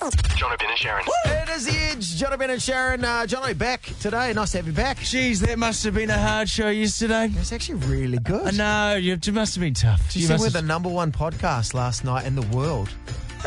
Jono, Ben, and Sharon. It is the Edge. Jono, Ben, and Sharon. Uh, Jono, back today. Nice to have you back. Jeez, that must have been a hard show yesterday. It's actually really I good. know, you it must have been tough. Do you, must see we're the have- number one podcast last night in the world?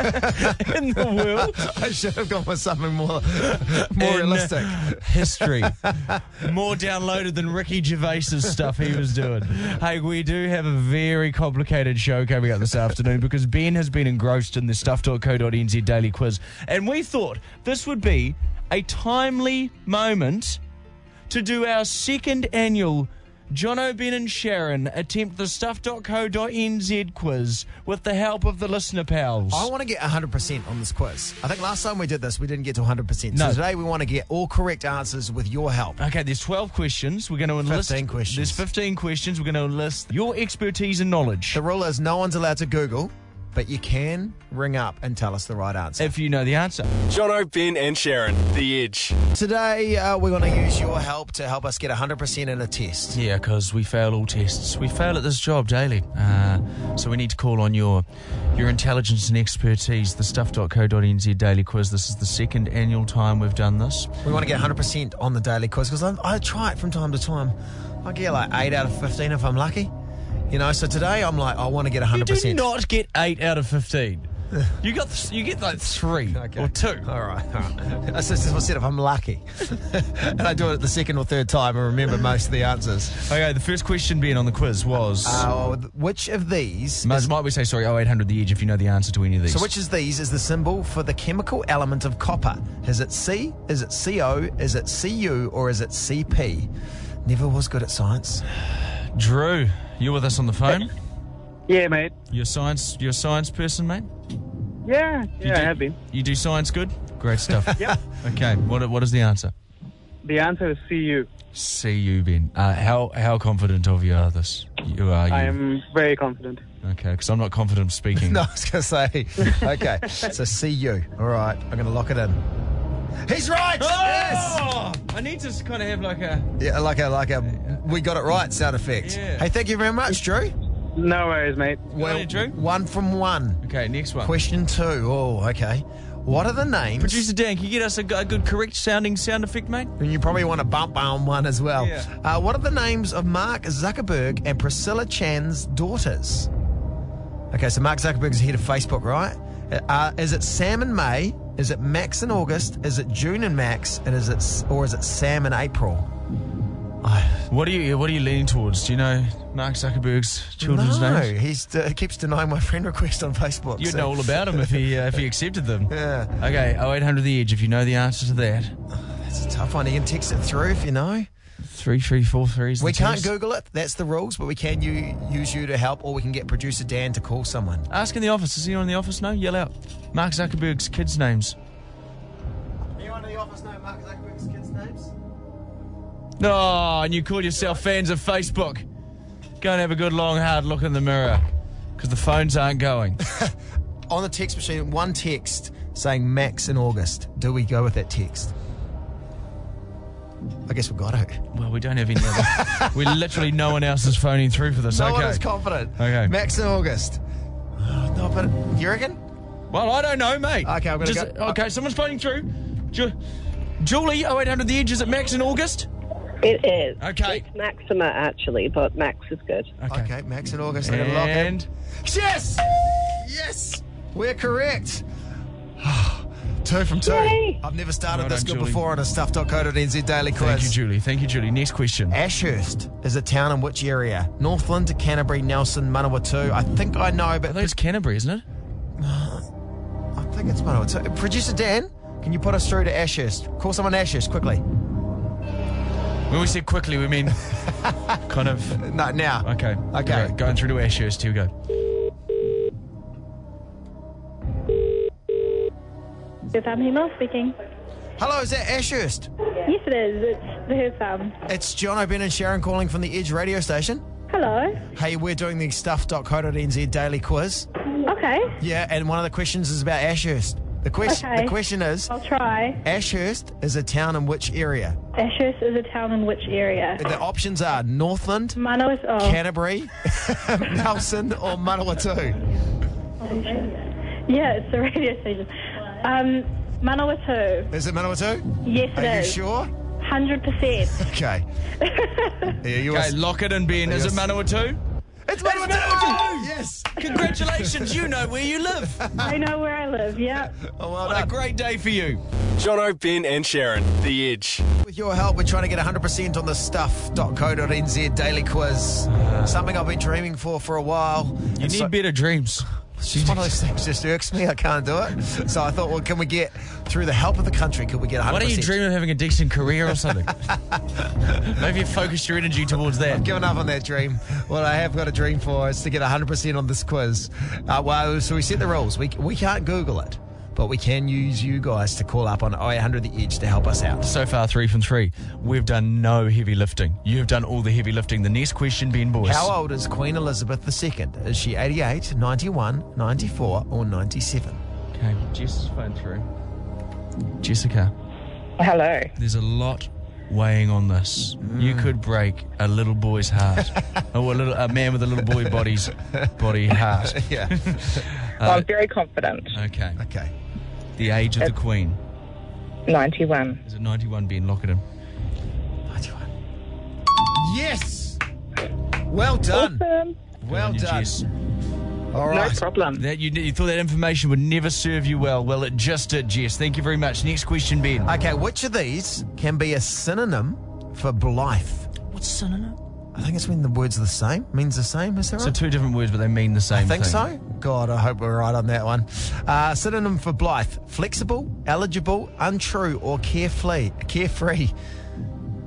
in the world. I should have gone with something more, uh, in History. More downloaded than Ricky Gervais's stuff he was doing. Hey, we do have a very complicated show coming up this afternoon because Ben has been engrossed in the stuff.co.nz daily quiz. And we thought this would be a timely moment to do our second annual John O'Ben and Sharon attempt the stuff.co.nz quiz with the help of the listener pals. I want to get 100% on this quiz. I think last time we did this, we didn't get to 100%. No. So today we want to get all correct answers with your help. Okay, there's 12 questions. We're going to enlist 15 questions. There's 15 questions. We're going to enlist your expertise and knowledge. The rule is no one's allowed to Google, but you can ring up and tell us the right answer. If you know the answer, Jono, Ben, and Sharon. The Edge. Today uh, we're going to use your help to help us get 100% in a test. yeah, because we fail all tests. We fail at this job daily, uh, so we need to call on your your intelligence and expertise. The stuff.co.nz daily quiz. This is the second annual time we've done this. We want to get 100% on the daily quiz because I, I try it from time to time. I get like 8 out of 15 if I'm lucky. You know, so today I'm like, I want to get 100%. You did not get eight out of 15. You got th- you get like three Okay. or two. All right. All right. That's just what I said if I'm lucky. and I do it the second or third time and remember most of the answers. Okay, the first question being on the quiz was. Uh, which of these. Might might we say sorry? Oh, 800 the edge if you know the answer to any of these. So, which of these is the symbol for the chemical element of copper? Is it C? Is it CO? Is it CU? Or is it CP? Never was good at science. Drew, you're with us on the phone. Yeah, mate. You're a science, you're a science person, mate. Yeah, yeah, I do- have been. You do science good. Great stuff. Yep. Okay. What what is the answer? The answer is CU. See you, Ben. Uh, how how confident of you are this? You are. You. I am very confident. Okay, because I'm not confident of speaking. No, I was going to say. Okay. so, CU. All right. I'm going to lock it in. He's right. Yes. Oh, I need to kind of have like a. Yeah, like a like a we got it right sound effect. Yeah. Hey, thank you very much, Drew. No worries, mate. Well, Drew. One from one. Okay, next one. Question two. Oh, okay. What are the names? Producer Dan, can you get us a, g- a good, correct sounding sound effect, mate? and you probably want to bump on one as well. Yeah. Uh, what are the names of Mark Zuckerberg and Priscilla Chan's daughters? Okay, so Mark Zuckerberg's head of Facebook, right? Uh, is it Sam and May? Is it Max and August? Is it June and Max? And is it or is it Sam and April? What are you What are you leaning towards? Do you know Mark Zuckerberg's children's no, names? he's uh, keeps denying my friend request on Facebook. You'd so- know all about him if he uh, if he accepted them. Yeah. Okay, 0800 the edge if you know the answer to that. It's a tough one. You can text it through if you know. Three, three, four, three. Is the We can't test. Google it. That's the rules. But we can u- use you to help, or we can get producer Dan to call someone. Ask in the office. Is anyone in the office? No. Yell out. Mark Zuckerberg's kids' names. Anyone in the office know Mark Zuckerberg's kids' names? No, Oh, and you call yourself fans of Facebook. Go and have a good long hard look in the mirror, because the phones aren't going. On the text machine, one text saying Max in August. Do we go with that text? I guess we've got to. well, we don't have any other. we literally no one else is phoning through for this. No okay. one is confident. Okay. Max in August. Oh, no, but you reckon? well, I don't know, mate. Okay, I'm gonna Just- go- Okay, someone's phoning through. Ju- Julie, 0800 the edge is at Max in August. It is. Okay. It's Maxima, actually, but Max is good. Okay, Max in August. I'm gonna lock it. And Yes! Yes! We're correct. two from two. Yay! I've never started Well this done, good Julie. before on a stuff.co.nz daily quiz. thank you, Julie. Thank you, Julie. Next question. Ashurst is a town in which area? Northland to Canterbury, Nelson, Manawatu. I think I know, but That's Canterbury, isn't it? I think it's Manawatu. Uh, Producer Dan, can you put us through to Ashurst? Call someone Ashurst quickly. When we say quickly, we mean kind of. No, now. Okay. Okay. Right, going through to Ashurst. Here we go. Her farm Hemel speaking. Hello, is that Ashurst? Yes, it is. It's the Her Farm. It's John O'Ben and Sharon calling from the Edge radio station. Hello. Hey, we're doing the stuff.co.nz daily quiz. Okay, Yeah, and one of the questions is about Ashurst. The question Okay. the question is I'll try. Ashurst is a town in which area? Ashurst is a town in which area? The options are Northland, Mano is oh. Canterbury, Nelson, or Manawatu. Yeah, it's the radio station. Um, Manawatu. Is it Manawatu? Yes, Are you it is. sure? 100%. Okay. Yeah, you Okay, lock it in, Ben. Is it Yes. Manawatu? It's Manawatu! Yes! Congratulations, you know where you live. I know where I live, yeah. Oh, well What a done. great day for you. Jono, Ben, and Sharon, The Edge. With your help, we're trying to get 100% on the stuff.co.nz daily quiz. Something I've been dreaming for for a while. Ah. You need better dreams. It's one of those things just irks me. I can't do it. So I thought, well, can we get through the help of the country? Could we get 100%? Why don't you dream of having a decent career or something? Maybe you focus your energy towards that. Given up on that dream. What I have got a dream for is to get 100% on this quiz. Uh, well, so we set the rules. We, we can't Google it, but we can use you guys to call up on 0800 The Edge to help us out. So far, three from three. We've done no heavy lifting. You've done all the heavy lifting. The next question, Ben Boyce. How old is Queen Elizabeth II? Is she 88, 91, 94, or 97? Okay, Jess's phone through. Jessica, Hello. there's a lot weighing on this. You Mm. could break a little boy's heart, or a little a man with a little boy body's body heart. Yeah. I'm very confident. Okay, okay. the age of the queen 91. is it 91? Ben, lock it in. 91. Yes! Well done. Um, Well on you, done. Um, Jess. All no right. problem. That you, you thought that information would never serve you well. Well, it just did, Jess. Thank you very much. Next question, Ben. Okay, which of these can be a synonym for blithe? What's synonym? I think it's when the words are the same, means the same, is that So right? two different words, but they mean the same I think thing. so. God, I hope we're right on that one. Uh, synonym for blithe: flexible, eligible, untrue, or carefree. Carefree.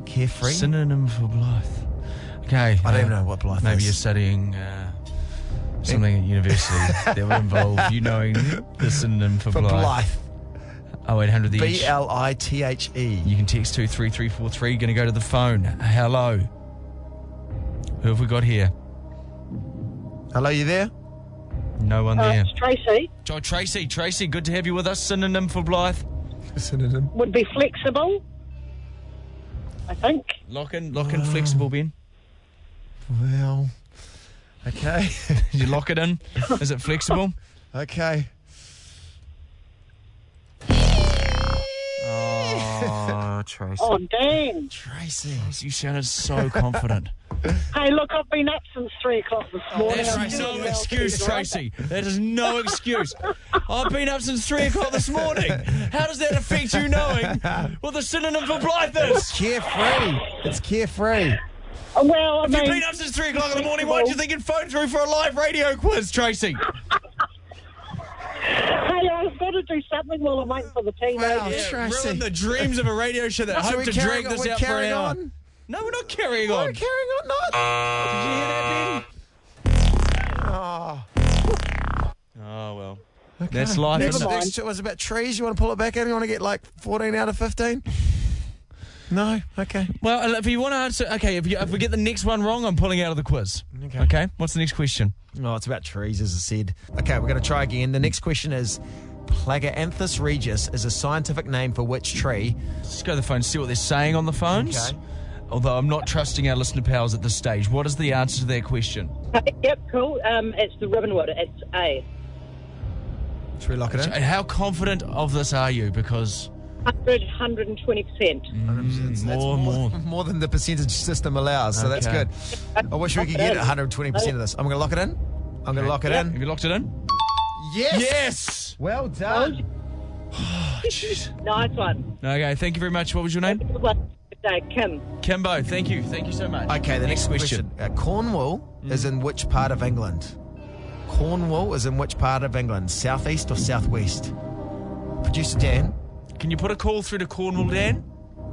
Carefree. Synonym for Blythe. Okay. uh, I don't even know what Blythe Maybe is. you're studying uh, something at university that would involve you knowing the synonym for, for blithe. Oh, 800 the B itch. L I T H E. You can text 23343. Going to go to the phone. Hello. Who have we got here? Hello, you there? No Uh, one there. uh, Tracy Oh, Tracy, Tracy, good to have you with us. Synonym for Blythe. Synonym. would be flexible, I think. Lock in, lock in, flexible, Ben. Well, okay, Did you lock it in? Is it flexible? okay. Oh, Tracy. Oh, dang. Tracy. You sounded so confident. Hey, look, I've been up since 3 o'clock this morning. I'm That's feeling no well. excuse, Tracy. That is no excuse. I've been up since three o'clock this morning. How does that affect you knowing what the synonym for Blythe is? Carefree. It's carefree. Oh, Well, I If you've mean, been up since three o'clock in the morning, why did you think you'd phone through for a live radio quiz, Tracy? hey, I've got to do something while I'm waiting for the team. Wow, Yeah, Tracy. ruined the dreams of a radio show that So hoped we're to carrying drag on. this we're out for carrying an hour. on. No, we're not carrying We're on. carrying on. Not. Did you hear that, Ben? Oh. Oh, well. That's life, Next, isn't it? next it was about trees. You want to pull it back in? You want to get like 14 out of 15? No. Okay. Well, if you want to answer, okay, if, you, if we get the next one wrong, I'm pulling out of the quiz. Okay. Okay, what's the next question? No, Oh, it's about trees, as I said. Okay, we're going to try again. The next question is Plagaanthus regis is a scientific name for which tree? Let's go to the phone, see what they're saying on the phones. Okay. Although I'm not trusting our listener powers at this stage. What is the answer to that question? Yep, cool. Um, it's the ribbonwood. It's A. Should we lock it in? And How confident of this are you? Because 100, Mm. 120%. It's- that's more, more, more. more than the percentage system allows, so that's Okay. good. I wish we could get 120% of this. I'm going to lock it in. I'm going to lock it Have in. you locked it in? Yes! Yes! Well done. Nice one. Okay, thank you very much. What was your name? Good one. Good day, Kim. Kimbo, thank you. Thank you so much. Okay, the next, question. Mm. Uh, Cornwall is in which part of England? Cornwall is in which part of England? Southeast or southwest? Producer Dan. Can you put a call through to Cornwall, Dan?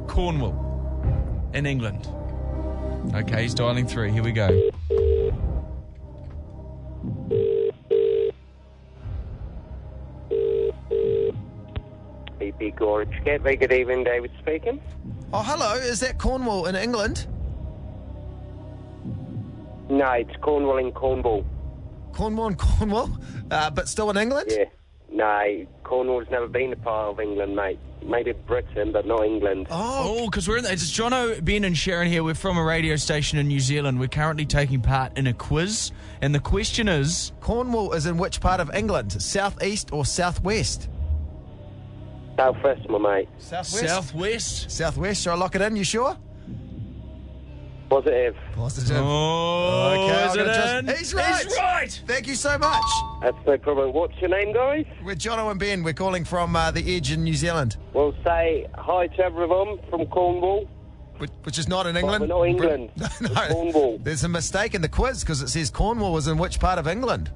Cornwall, in England. Okay, he's dialing through. Here we go. BP Gorge Gateway. Good evening, David speaking. Oh, hello. Is that Cornwall in England? No, it's Cornwall in Cornwall. Cornwall and Cornwall, uh, but still in England? Yeah. No, Cornwall's never been a part of England, mate. Maybe Britain, but not England. Oh, Oh, because we're in. The, it's Jono, Ben, and Sharon here. We're from a radio station in New Zealand. We're currently taking part in a quiz, and the question is: Cornwall is in which part of England? Southeast or southwest? Southwest, my mate. Southwest. Southwest. Southwest. Shall I lock it in? You sure? Positive. Positive. Oh, Okay, I'm is it gonna just- in? He's right. He's right. Thank you so much. That's no problem. What's your name, guys? We're Jono and Ben. We're calling from uh, the Edge in New Zealand, We'll say hi to everyone from Cornwall. which, which is not in But England. we're not England. No, We're no. Cornwall. There's a mistake in the quiz because it says Cornwall was in which part of England?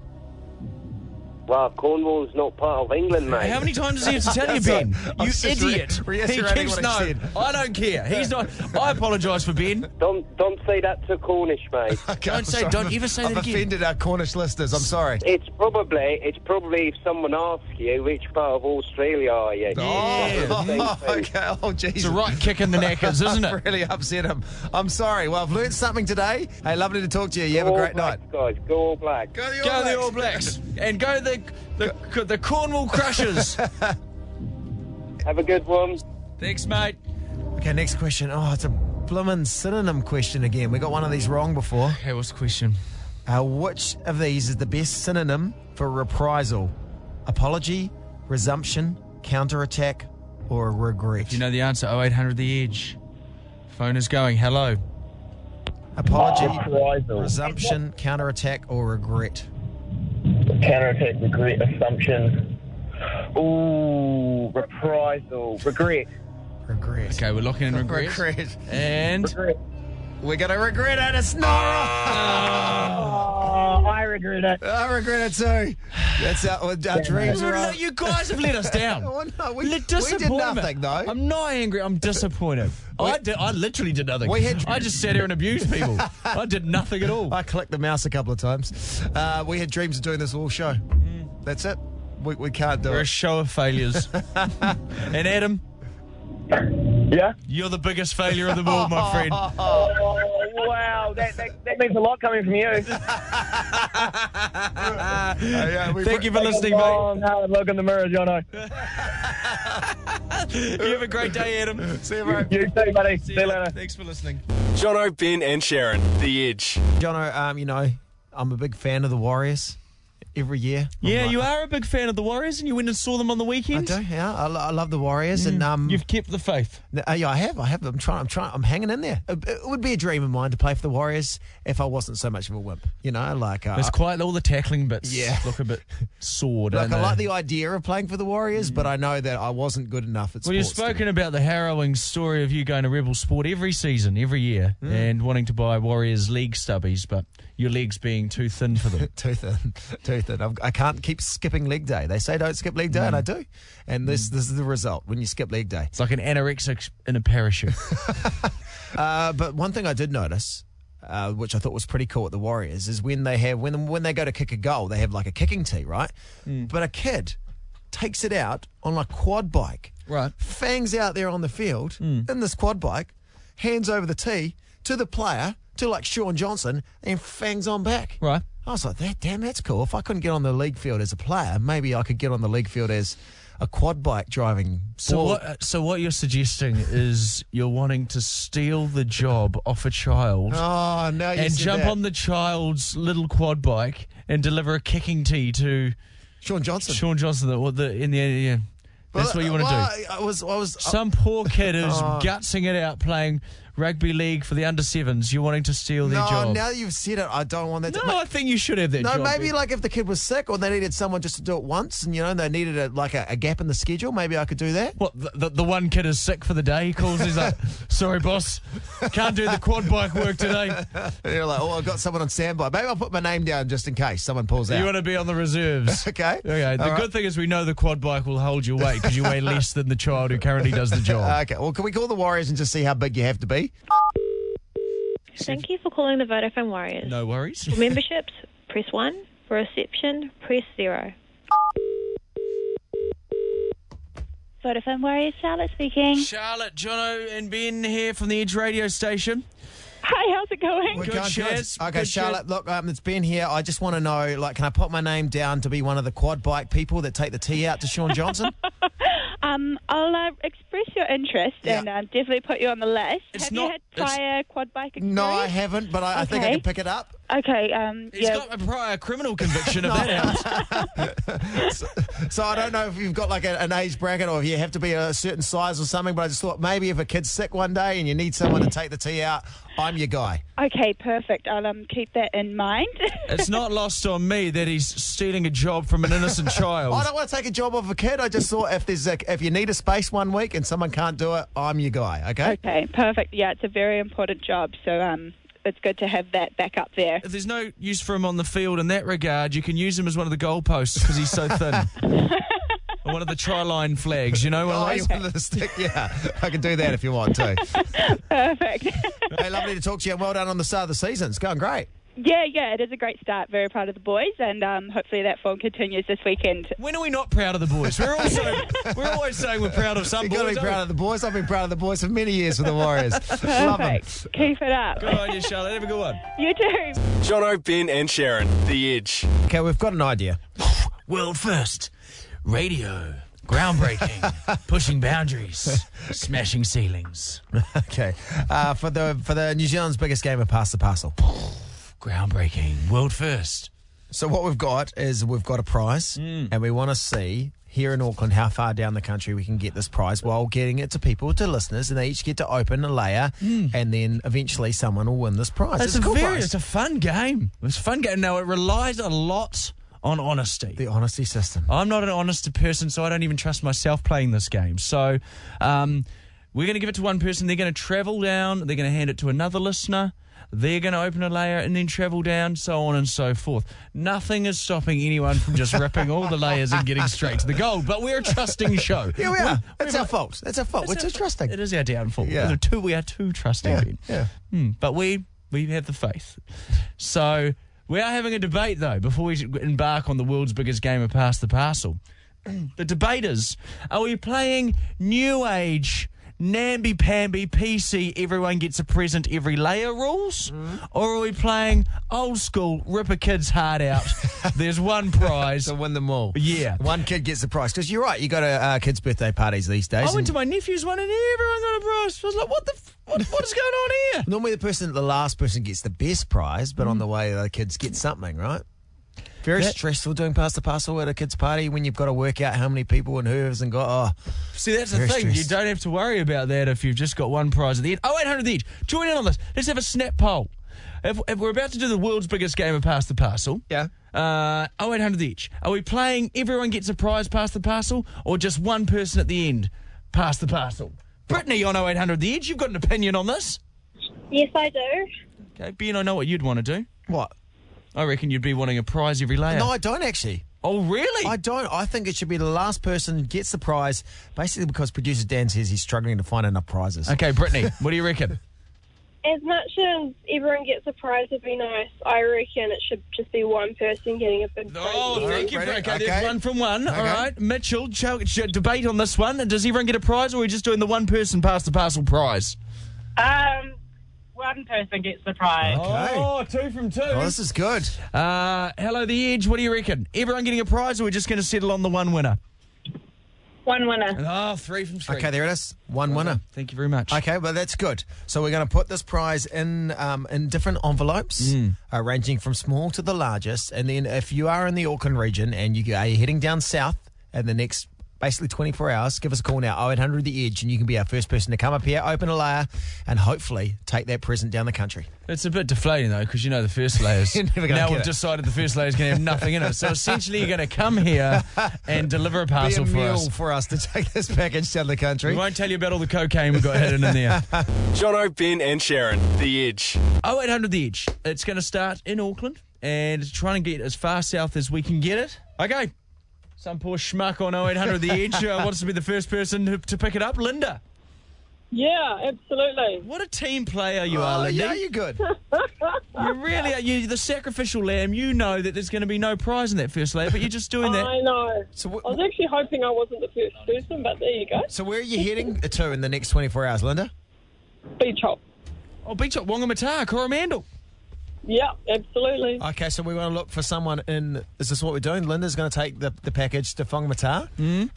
Well, Cornwall's not part of England, mate. How many times does he have to tell you, That's Ben? right. I You was just re- idiot. he reiterating keeps what I no. said. I don't care. He's not. I apologise for Ben. Don't don't say that to Cornish, mate. Okay, Don't say- don't ever say I've that again. offended our Cornish listeners. I'm sorry. it's probably it's probably if someone asks you which part of Australia are you. Oh, okay. Oh, Jesus. It's a right kick in the knackers, isn't it? really upset him. I'm sorry. Well, I've learned something today. Hey, lovely to talk to you. You have a All great night. blacks, guys. Go all black. the Go the All Blacks and go the the, the, Cornwall Crushers. Have a good one. Thanks, mate. Okay, next question. Oh, it's a bloomin' synonym question again. We got one of these wrong before. Okay, what's the question? Uh, which of these is the best synonym for reprisal? Apology, resumption, counterattack, or regret? You know the answer. 0800 the edge. Phone is going. Hello. Apology, resumption, counterattack, or regret? Counterattack, regret, assumption. Ooh, reprisal, regret. Regret. Okay, we're locking in regret. Regret. And We're going to regret it. It's not right. Oh, I regret it. I regret it too. That's our, our dreams are No, all. you guys have let us down. Oh, no, we, Li- we did disappointment. nothing though. I'm not angry. I'm disappointed. I, did, I literally did nothing. We had- I just sat here and abused people. I did nothing at all. I clicked the mouse a couple of times. Uh, we had dreams of doing this all show. Mm. That's it. We, we can't do We're a it. show of failures. and Adam, Yeah? you're the biggest failure of them all, my friend. Oh, wow, that, that, that means a lot coming from you. Uh, yeah, we- Thank you for listening, mate. Long, hard Oh, look in the mirror, Jono. You have a great day, Adam. See you, bro. You too, buddy. See you later. Thanks for listening. Jono, Ben, and Sharon, The Edge. Jono, um, you know, I'm a big fan of the Warriors. Every year. I'm Yeah, like- you are a big fan of the Warriors, and you went and saw them on the I weekend. do, yeah. I, lo- I love the Warriors, and um, Mm. You've kept the faith. uh, yeah, I have, I have. I'm trying, I'm trying, I'm hanging in there. It, it would be a dream of mine to play for the Warriors if I wasn't so much of a wimp, you know. Like, uh, It's quite all the tackling bits. Yeah. look a bit sore. like don't I like they? Mm. the idea of playing for the Warriors, but I know that I wasn't good enough at Well, you've sports to- spoken about the harrowing story of you going to Rebel Sport every season, every year, Mm. and wanting to buy Warriors League stubbies, but your legs being too thin for them. too thin, too thin. I've, I can't keep skipping leg day. They say don't skip leg day, Mm. and I do. And this this is the result when you skip leg day. It's like an anorexic in a parachute. Uh, but one thing I did notice, uh, which I thought was pretty cool at the Warriors, is when they have when when they go to kick a goal, they have like a kicking tee, right? Hmm. But a kid takes it out on a quad bike, Right. Hmm. Fangs out there on the field in this quad bike, hands over the tee to the player to like Sean Johnson, and fangs on back, Right. I was like, that damn, that's cool. If I couldn't get on the league field as a player, maybe I could get on the league field as a quad bike driving. So ball- what? uh, So what you're suggesting is you're wanting to steal the job off a child Oh no! You and said jump that. on the child's little quad bike and deliver a kicking tee to Sean Johnson. Sean Johnson. The, what the in the end, yeah. That's what you want to do. do. I was, I was. Some poor kid who's Oh. gutsing it out playing rugby league for the under sevens. You're wanting to steal their no, job. now you've said it, I don't want that. no, to, I think you should have that no, job. maybe Ben. like if the kid was sick or they needed someone just to do it once, and you know they needed a, like a, a gap in the schedule. Maybe I could do that. What the, the, the one kid is sick for the day. He calls. He's like, "Sorry, boss, can't do the quad bike work today. And they're like, oh, I've got someone on standby. Maybe I'll put my name down just in case someone pulls out. You want to be on the reserves." okay. Okay. The All right. good thing is we know the quad bike will hold your weight because you weigh less than the child who currently does the job. Okay. Well, can we call the Warriors and just see how big you have to be? Thank you for calling the Vodafone Warriors. No worries. For memberships, press 1. For reception, press 0. Vodafone Warriors, Charlotte speaking. Charlotte, Jono, and Ben here from the Edge Radio Station. Hi, how's it going? We're Good going cheers. Okay, Good Charlotte. Look, um, it's Ben here. I just want to know, like, can I put my name down to be one of the quad bike people that take the tea out to Sean Johnson? Um, I'll uh, express your interest Yeah. and uh, definitely put you on the list. It's Have not- you had prior quad bike experience? no, I haven't, but I, I think I Okay. can pick it up. Okay, um, He's yeah. got a prior criminal conviction of that out. So I don't know if you've got like a, an age bracket or if you have to be a certain size or something, but I just thought maybe if a kid's sick one day and you need someone to take the tea out, I'm your guy. okay, perfect. I'll um, keep that in mind. It's not lost on me that he's stealing a job from an innocent child. I don't want to take a job off a kid. I just thought if there's a, if you need a space one week and someone can't do it, I'm your guy. Okay. okay, perfect. Yeah, it's a very important job, so um, it's good to have that back up there. if there's no use for him on the field in that regard, you can use him as one of the goalposts because he's so thin. Or one of the try line flags, you know, one Oh, of you those. wanted the stick? Yeah, I can do that if you want to. Perfect. hey, lovely to talk to you, and well done on the start of the season. It's going great. yeah, yeah, it is a great start. Very proud of the boys, and um, hopefully that form continues this weekend. When are we not proud of the boys? We're also we're always saying we're proud of some You've boys. got to eh? be aren't we? proud of the boys. I've been proud of the boys for many years with the Warriors. Love them. Perfect. Keep it up. Good idea, Charlotte. Have a good one. You too. Jono, Ben, and Sharon. The Edge. Okay, we've got an idea. World first, radio. Groundbreaking, pushing boundaries, smashing ceilings. Okay, uh, for the for the New Zealand's biggest game of pass the parcel. Groundbreaking, world first. So what we've got is we've got a prize, Mm. and we want to see here in Auckland how far down the country we can get this prize while getting it to people, to listeners, and they each get to open a layer, and then eventually someone will win this prize. it's It's, a, cool Mm. very, prize. it's a fun game. It's a fun game. Now it relies a lot on honesty. the honesty system. I'm not an honest person, so I don't even trust myself playing this game. So, um, we're going to give it to one person. They're going to travel down. They're going to hand it to another listener. They're going to open a layer and then travel down, so on and so forth. Nothing is stopping anyone from just ripping all the layers and getting straight to the gold. But we're a trusting show. Here we are. That's we're- our fault. That's our fault. It's It's our- interesting. It is our downfall. Yeah. We're too, we are too trusting. Yeah, Ben. yeah. Hmm, but we we have the faith. So we are having a debate though before we embark on the world's biggest game of pass the parcel. the debate is: Are we playing new age? Namby pamby PC, everyone gets a present every layer rules? Mm-hmm. Or are we playing old school, rip a kid's heart out? There's one prize. to win them all. Yeah. One kid gets the prize. Because you're right, you go to uh, kids' birthday parties these days. I went and to my nephew's one and everyone got a prize. I was like, what the, f- what, what is going on here? Normally, the person, the last person gets the best prize, but on the way, the kids get something, right? Very That- stressful doing pass the parcel at a kids' party when you've got to work out how many people and who hasn't got. Oh, See, that's the Very thing. You stressed. don't have to worry about that if you've just got one prize at the end. Oh, 800 the edge. Join in on this. Let's have a snap poll. If, if we're about to do the world's biggest game of Pass the Parcel. Yeah. Uh, 0800 the edge. Are we playing everyone gets a prize, pass the parcel, or just one person at the end, pass the parcel? Brittany on 0800 the edge. You've got an opinion on this. Yes, I do. Okay, Ben, I know what you'd want to do. what? I reckon you'd be wanting a prize every layer. No, I don't actually. oh, really? I don't. I think it should be the last person gets the prize, basically because producer Dan says he's struggling to find enough prizes. okay, Brittany, what do you reckon? As much as everyone gets a prize would be nice, I reckon it should just be one person getting a big prize. Oh, thank you. Ready? Okay, there's Okay. one from one. All Okay. right, Mitchell, cho- ch- debate on this one. Does everyone get a prize, or are we just doing the one person pass the parcel prize? Um, one person gets the prize. Okay. Oh, two from two. Oh, this is good. Uh, hello, the edge. What do you reckon? Everyone getting a prize, or we're just going to settle on the one winner? One winner. Oh, three from three. Okay, there it is. One winner. Thank you very much. Okay, well that's good. So we're going to put this prize in um, in different envelopes, uh, ranging from small to the largest. And then if you are in the Auckland region and you are heading down south in the next basically 24 hours, give us a call now 0800 the edge, and you can be our first person to come up here, open a layer, and hopefully take that present down the country. It's a bit deflating though, because you know the first layers. You're never gonna now get we've it. decided the first layer's going to have nothing in it. So essentially, you're going to come here and deliver a Be a parcel for meal us. for us Oh, to take this package down the We country. won't tell you about all the cocaine we got hidden in there. Jono, Ben, and Sharon. The Edge. 0800 The Edge. It's going to start in Auckland and it's trying to get as far south as we can get it. Okay. Some poor schmuck on 0800 The Edge uh, wants to be the first person to, to pick it up. Linda, Yeah, absolutely. what a team player you are, Oh, Linda. yeah, you're good. you really are. You're the sacrificial lamb. You know that there's going to be no prize in that first layer, but you're just doing I that. know. So I was wh- actually hoping I wasn't the first person, but there you go. So where are you heading to in the next 24 hours, Linda? Beach hop. Oh, beach up Wongamata, Coromandel. Yeah, absolutely. Okay, so we want to look for someone in. Is this what we're doing? Linda's going to take the, the package to Fong Matar,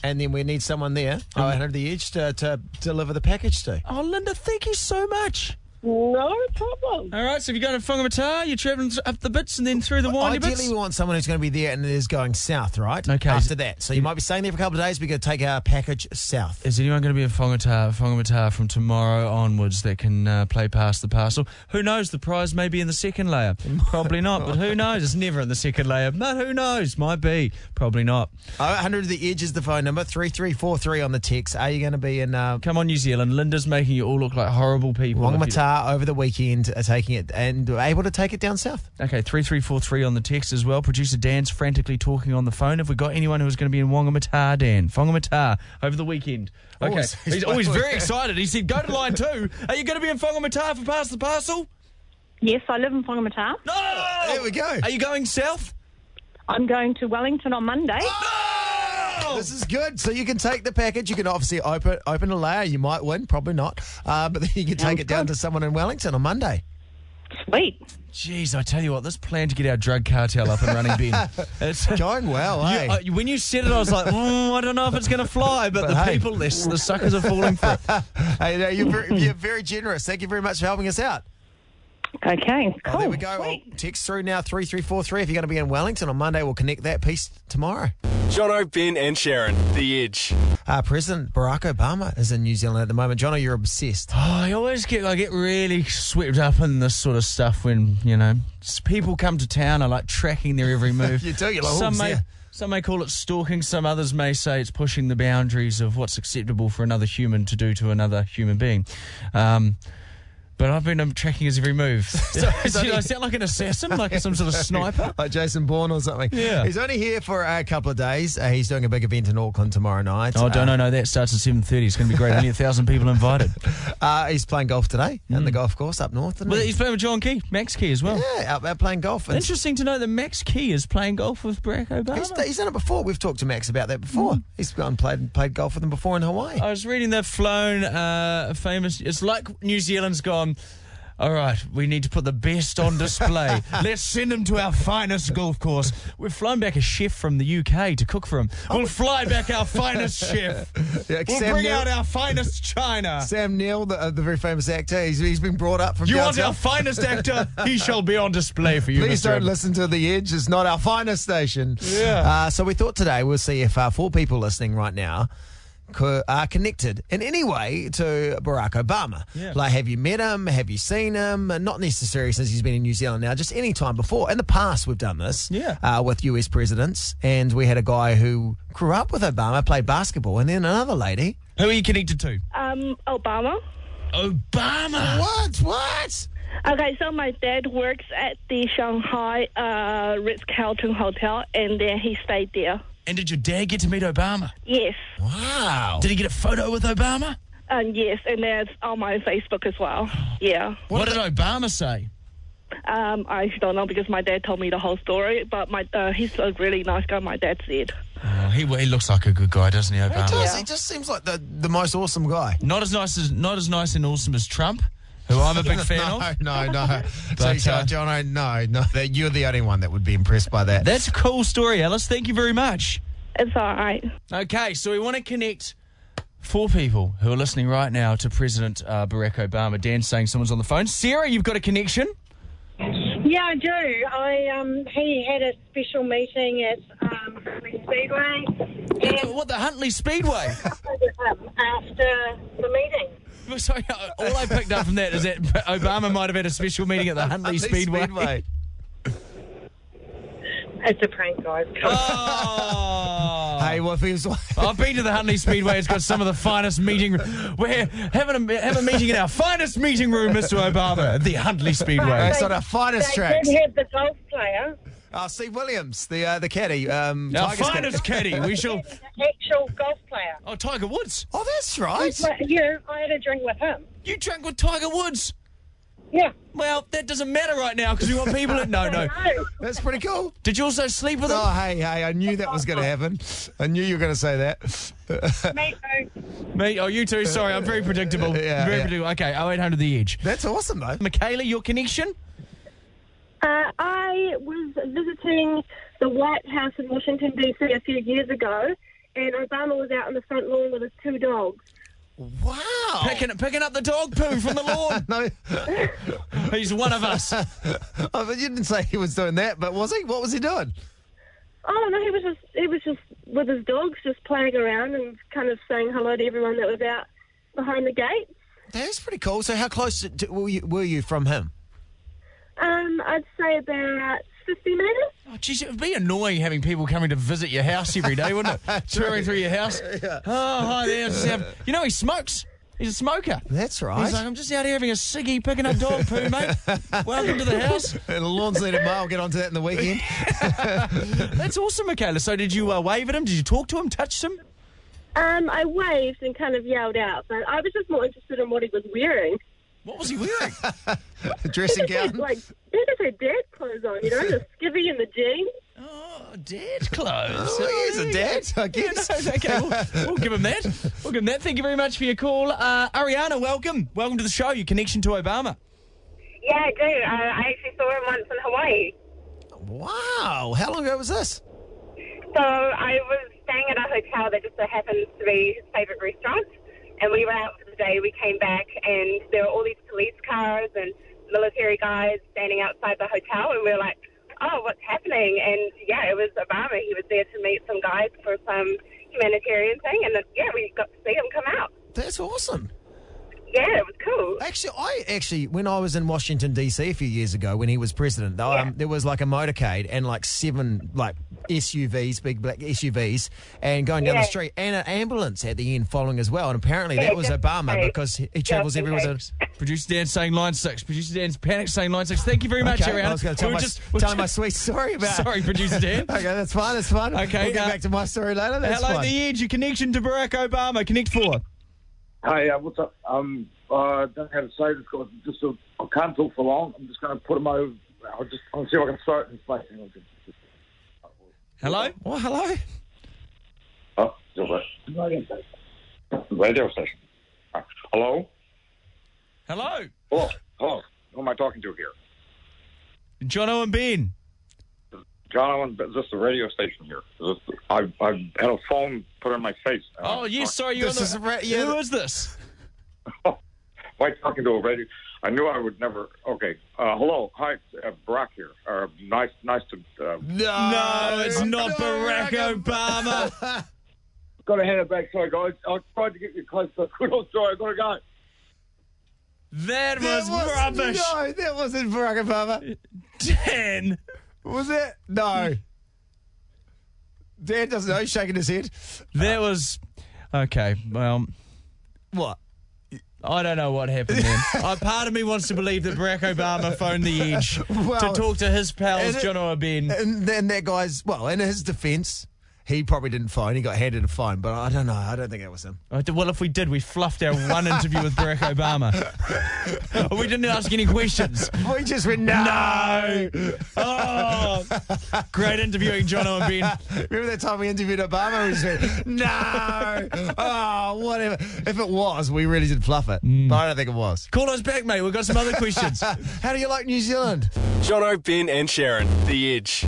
and then we need Um, someone there, oh, over the edge, to, to deliver the package to. Oh, Linda, thank you so much. No problem. All right, so if you're going to Whangamata, you're travelling up the bits and then through the windy Ideally, bits. we want someone who's going to be there and is going south, right? Okay. Mm. After that. So you might be staying there for a couple of days. We're going to take our package south. Is anyone going to be a whangataa, whangamata from tomorrow onwards that can uh, play past the parcel? Who knows? The prize may be in the second layer. Probably not, but who knows? It's never in the second layer. But who knows? Might be. Probably not. 100 Oh, The Edge is the phone number, 3343 on the text. Are you going to be in uh, Come on, New Zealand. Linda's making you all look like horrible people. Whangamata over the weekend, uh, taking it and able to take it down south? Okay, 3343 on the text as well. Producer Dan's frantically talking on the phone. Have we got anyone who's going to be in Whangamata, Dan? Whangamata over the weekend. Oh, Okay. he's- he's, he's- always very excited. He said, go to line two. Are you going to be in Whangamata for Pass the Parcel? Yes, I live in Whangamata. No! There we go. Are you going south? I'm going to Wellington on Monday. This is good. So you can take the package. You can obviously open open a layer. You might win, probably not. Uh, but then you can take it down to someone in Wellington on Monday. Sweet. Jeez, I tell you what, this plan to get our drug cartel up and running, Ben. It's going well, you, eh? uh, you- when you said it, I was like, mm, I don't know if it's going to fly, but, But the hey. people, the, the suckers are falling for it. Hey, no, you're, very, you're very generous. Thank you very much for helping us out. Okay, cool. there Oh, we go. Well, text through now 3343 if you're going to be in Wellington on Monday. We'll connect that piece tomorrow. Jono, Ben, and Sharon, The Edge. Uh, President Barack Obama is in New Zealand at the moment. Jono, you're obsessed. Oh, I always get I get really swept up in this sort of stuff when you know s- people come to town. I like tracking their every move. You do, you're like, some "Oops, may yeah." some may call it stalking. Some others may say it's pushing the boundaries of what's acceptable for another human to do to another human being. Um, but I've been um, tracking his every move. so- Do I sound like an assassin, like some sort of sniper? like Jason Bourne or something. Yeah. He's only here for a couple of days. Uh, he's doing a big event in Auckland tomorrow night. Oh, don't Uh, I know that starts at seven thirty. It's going to be great. Only a thousand people invited. Uh, he's playing golf today at the golf course up north. Isn't Hmm. Well, he? he's playing with John Key, Max Key as well. Yeah, out there playing golf. It's- Interesting to know that Max Key is playing golf with Barack Obama. He's, he's done it before. We've talked to Max about that before. Hmm. He's gone and played played golf with him before in Hawaii. I was reading they've flown uh, a famous. It's like New Zealand's gone. All right, we need to put the best on display. Let's send them to our finest golf course. We've flown back a chef from the UK to cook for him. We'll fly back our finest chef. Yeah, we'll Sam bring Neill- out our finest china. Sam Neill, the, uh, the very famous actor, he's, he's been brought up from. You down want south. our finest actor? He shall be on display for you. Please Mr. don't Evans. listen to The Edge. It's not our finest station. Yeah. Uh, so we thought today we'll see if uh, four people listening right now co- are connected in any way to Barack Obama. Yeah. Like, have you met him? Have you seen him? Uh, Not necessarily since he's been in New Zealand now, just any time before. In the past, we've done this Yeah. uh, with US presidents. And we had a guy who grew up with Obama, played basketball, and then another lady. Who are you connected to? Um, Obama. Obama. What? What? Okay, so my dad works at the Shanghai uh, Ritz Carlton Hotel, and then he stayed there. And did your dad get to meet Obama? Yes, Wow. Did he get a photo with Obama? um, yes, and that's on my Facebook as well. Yeah, What, did Obama say? um, I don't know because my dad told me the whole story, but my uh, he's a really nice guy. My dad said. Oh, he, he looks like a good guy, doesn't he, Obama? He does. He just seems like the, the most awesome guy. Not as nice as not as nice and awesome as Trump, who I'm a big fan no, of. No, no. But, so, uh, John, I no, no. That you're the only one that would be impressed by that. That's a cool story, Alice. Thank you very much. It's all right. Okay, so we want to connect four people who are listening right now to President uh, Barack Obama. Dan's saying someone's on the phone. Sarah, you've got a connection. Yeah, I do. I um, he had a special meeting at um, Speedway, and What the Huntley Speedway? him after the meeting. Sorry, all I picked up from that is that Obama might have had a special meeting at the Huntley Huntley, Speedway. Speedway. It's a prank, guys. Oh. Hey, well, if he was I've been to the Huntley Speedway. It's got some of the finest meeting. We're having a have a meeting in our finest meeting room, Mr. Obama, at the Huntley Speedway. That's on our finest they tracks. did have the golf player, Uh, Steve Williams, the uh, the caddy, um, Our Tigers finest caddy. We shall. the actual golf player. Oh, Tiger Woods. Oh, that's right. But, yeah, I had a drink with him. You drank with Tiger Woods. Yeah. Well, that doesn't matter right now because we want people that. No, no. That's pretty cool. Did you also sleep with him? Oh, hey, hey, I knew that was going to happen. I knew you were going to say that. Me too. Me? Oh, you too. Sorry, I'm very predictable. Yeah, very yeah. predictable. Okay, 0800 the edge. that's awesome, though. Michaela, your connection? Uh, I was visiting the White House in Washington, D.C. a few years ago, and Obama was out on the front lawn with his two dogs. Wow. Picking, picking up the dog poo from the lawn. no. He's one of us. oh, but you didn't say he was doing that, but was he? What was he doing? Oh no, he was just he was just with his dogs, just playing around and kind of saying hello to everyone that was out behind the gate. That's pretty cool. So, how close to, were, you, were you from him? Um, I'd say about fifty minutes. Oh, jeez, it would be annoying having people coming to visit your house every day, wouldn't it? Touring through your house. Oh, hi there. I'm just having- you know, he smokes. He's a smoker. That's right. He's like, I'm just out here having a ciggy, picking up dog poo, mate. Welcome to the house. and the lawn's need a mow. I'll get onto that in the weekend. That's awesome, Michaela. So, did you uh, wave at him? Did you talk to him? Touch him? Um, I waved and kind of yelled out, but I was just more interested in what he was wearing. What was he wearing? dressing He just had, gown. like he just had dad clothes on, you know, the skivvy and the jeans. Oh, dad clothes. Oh, he's a dad, I guess. Yeah, no, okay, we'll, we'll give him that. We'll give him that. Thank you very much for your call. Uh, Ariana, welcome. Welcome to the show, your connection to Obama. Yeah, I do. Uh, I actually saw him once in Hawaii. Wow. How long ago was this? So I was staying at a hotel that just so happens to be his favourite restaurant. And we were out for the day. We came back, and there were all these police cars and military guys standing outside the hotel. And we were like, oh, what's happening? And yeah, it was Obama. He was there to meet some guys for some humanitarian thing. And then, yeah, we got to see him come out. That's awesome. Yeah, it was cool. Actually, I actually, when I was in Washington D.C. a few years ago, when he was president, though, um, there was like a motorcade and like seven like SUVs, big black SUVs, and going down Yeah. the street, and an ambulance at the end following as well. And apparently Yeah, that was just Obama in case. because he, he Just travels in everywhere. case. With a, Producer Dan saying line six. Producer Dan's panic saying line six. Thank you very much, Okay, Ariana. I was going to tell, We were my, just- we were tell my just- sweet story about. Sorry, producer Dan. okay, that's fine. That's fine. Okay, we'll get uh, back to my story later. That's Hello, fine. The Edge, your connection to Barack Obama. Connect four. Oh. Hey, uh, what's up? Um, I don't know how to say this because I'm just a, I can't talk for long. I'm just going to put him over. I'll just I'll see if I can throw it in his face. Hang on, just- just- Hello? Well, hello. Oh, it's all right. Radio station. Uh, hello. Hello. Hello. Hello. Who am I talking to here? John Owen Ben. John Owen. Is this the radio station here? Is this the, I've I've had a phone put in my face. Uh, Oh, yes, sorry. You're This on the, is ra- yeah, Who the- is this? Why uh, talking to a radio? I knew I would never. Okay. Uh, hello. Hi, uh, Brock here. Uh, nice, nice to. Uh, No, it's not Barack Obama. Got to hand it back. Sorry, guys. I tried to get you close, but I couldn't. Sorry, I got to go. That was, was- rubbish. No, that wasn't Barack Obama. Dan. Was it? No. Dan doesn't know. He's shaking his head. That was okay. Well, what? I don't know what happened then. uh, part of me wants to believe that Barack Obama phoned the Edge Well, to talk to his pals, and it- John O'Bin. And then that guy's, well, in his defense, he probably didn't phone. He got handed a phone, but I don't know. I don't think that was him. I d- Well, if we did, we fluffed our one interview with Barack Obama. we didn't ask any questions. We just went, no. Oh, great interviewing John O'Bin. Remember that time we interviewed Obama? We just went, no. oh, whatever. If it was, we really did fluff it. But I don't think it was. Call us back, mate. We've got some other questions. How do you like New Zealand? Jono, Ben, and Sharon. The Edge.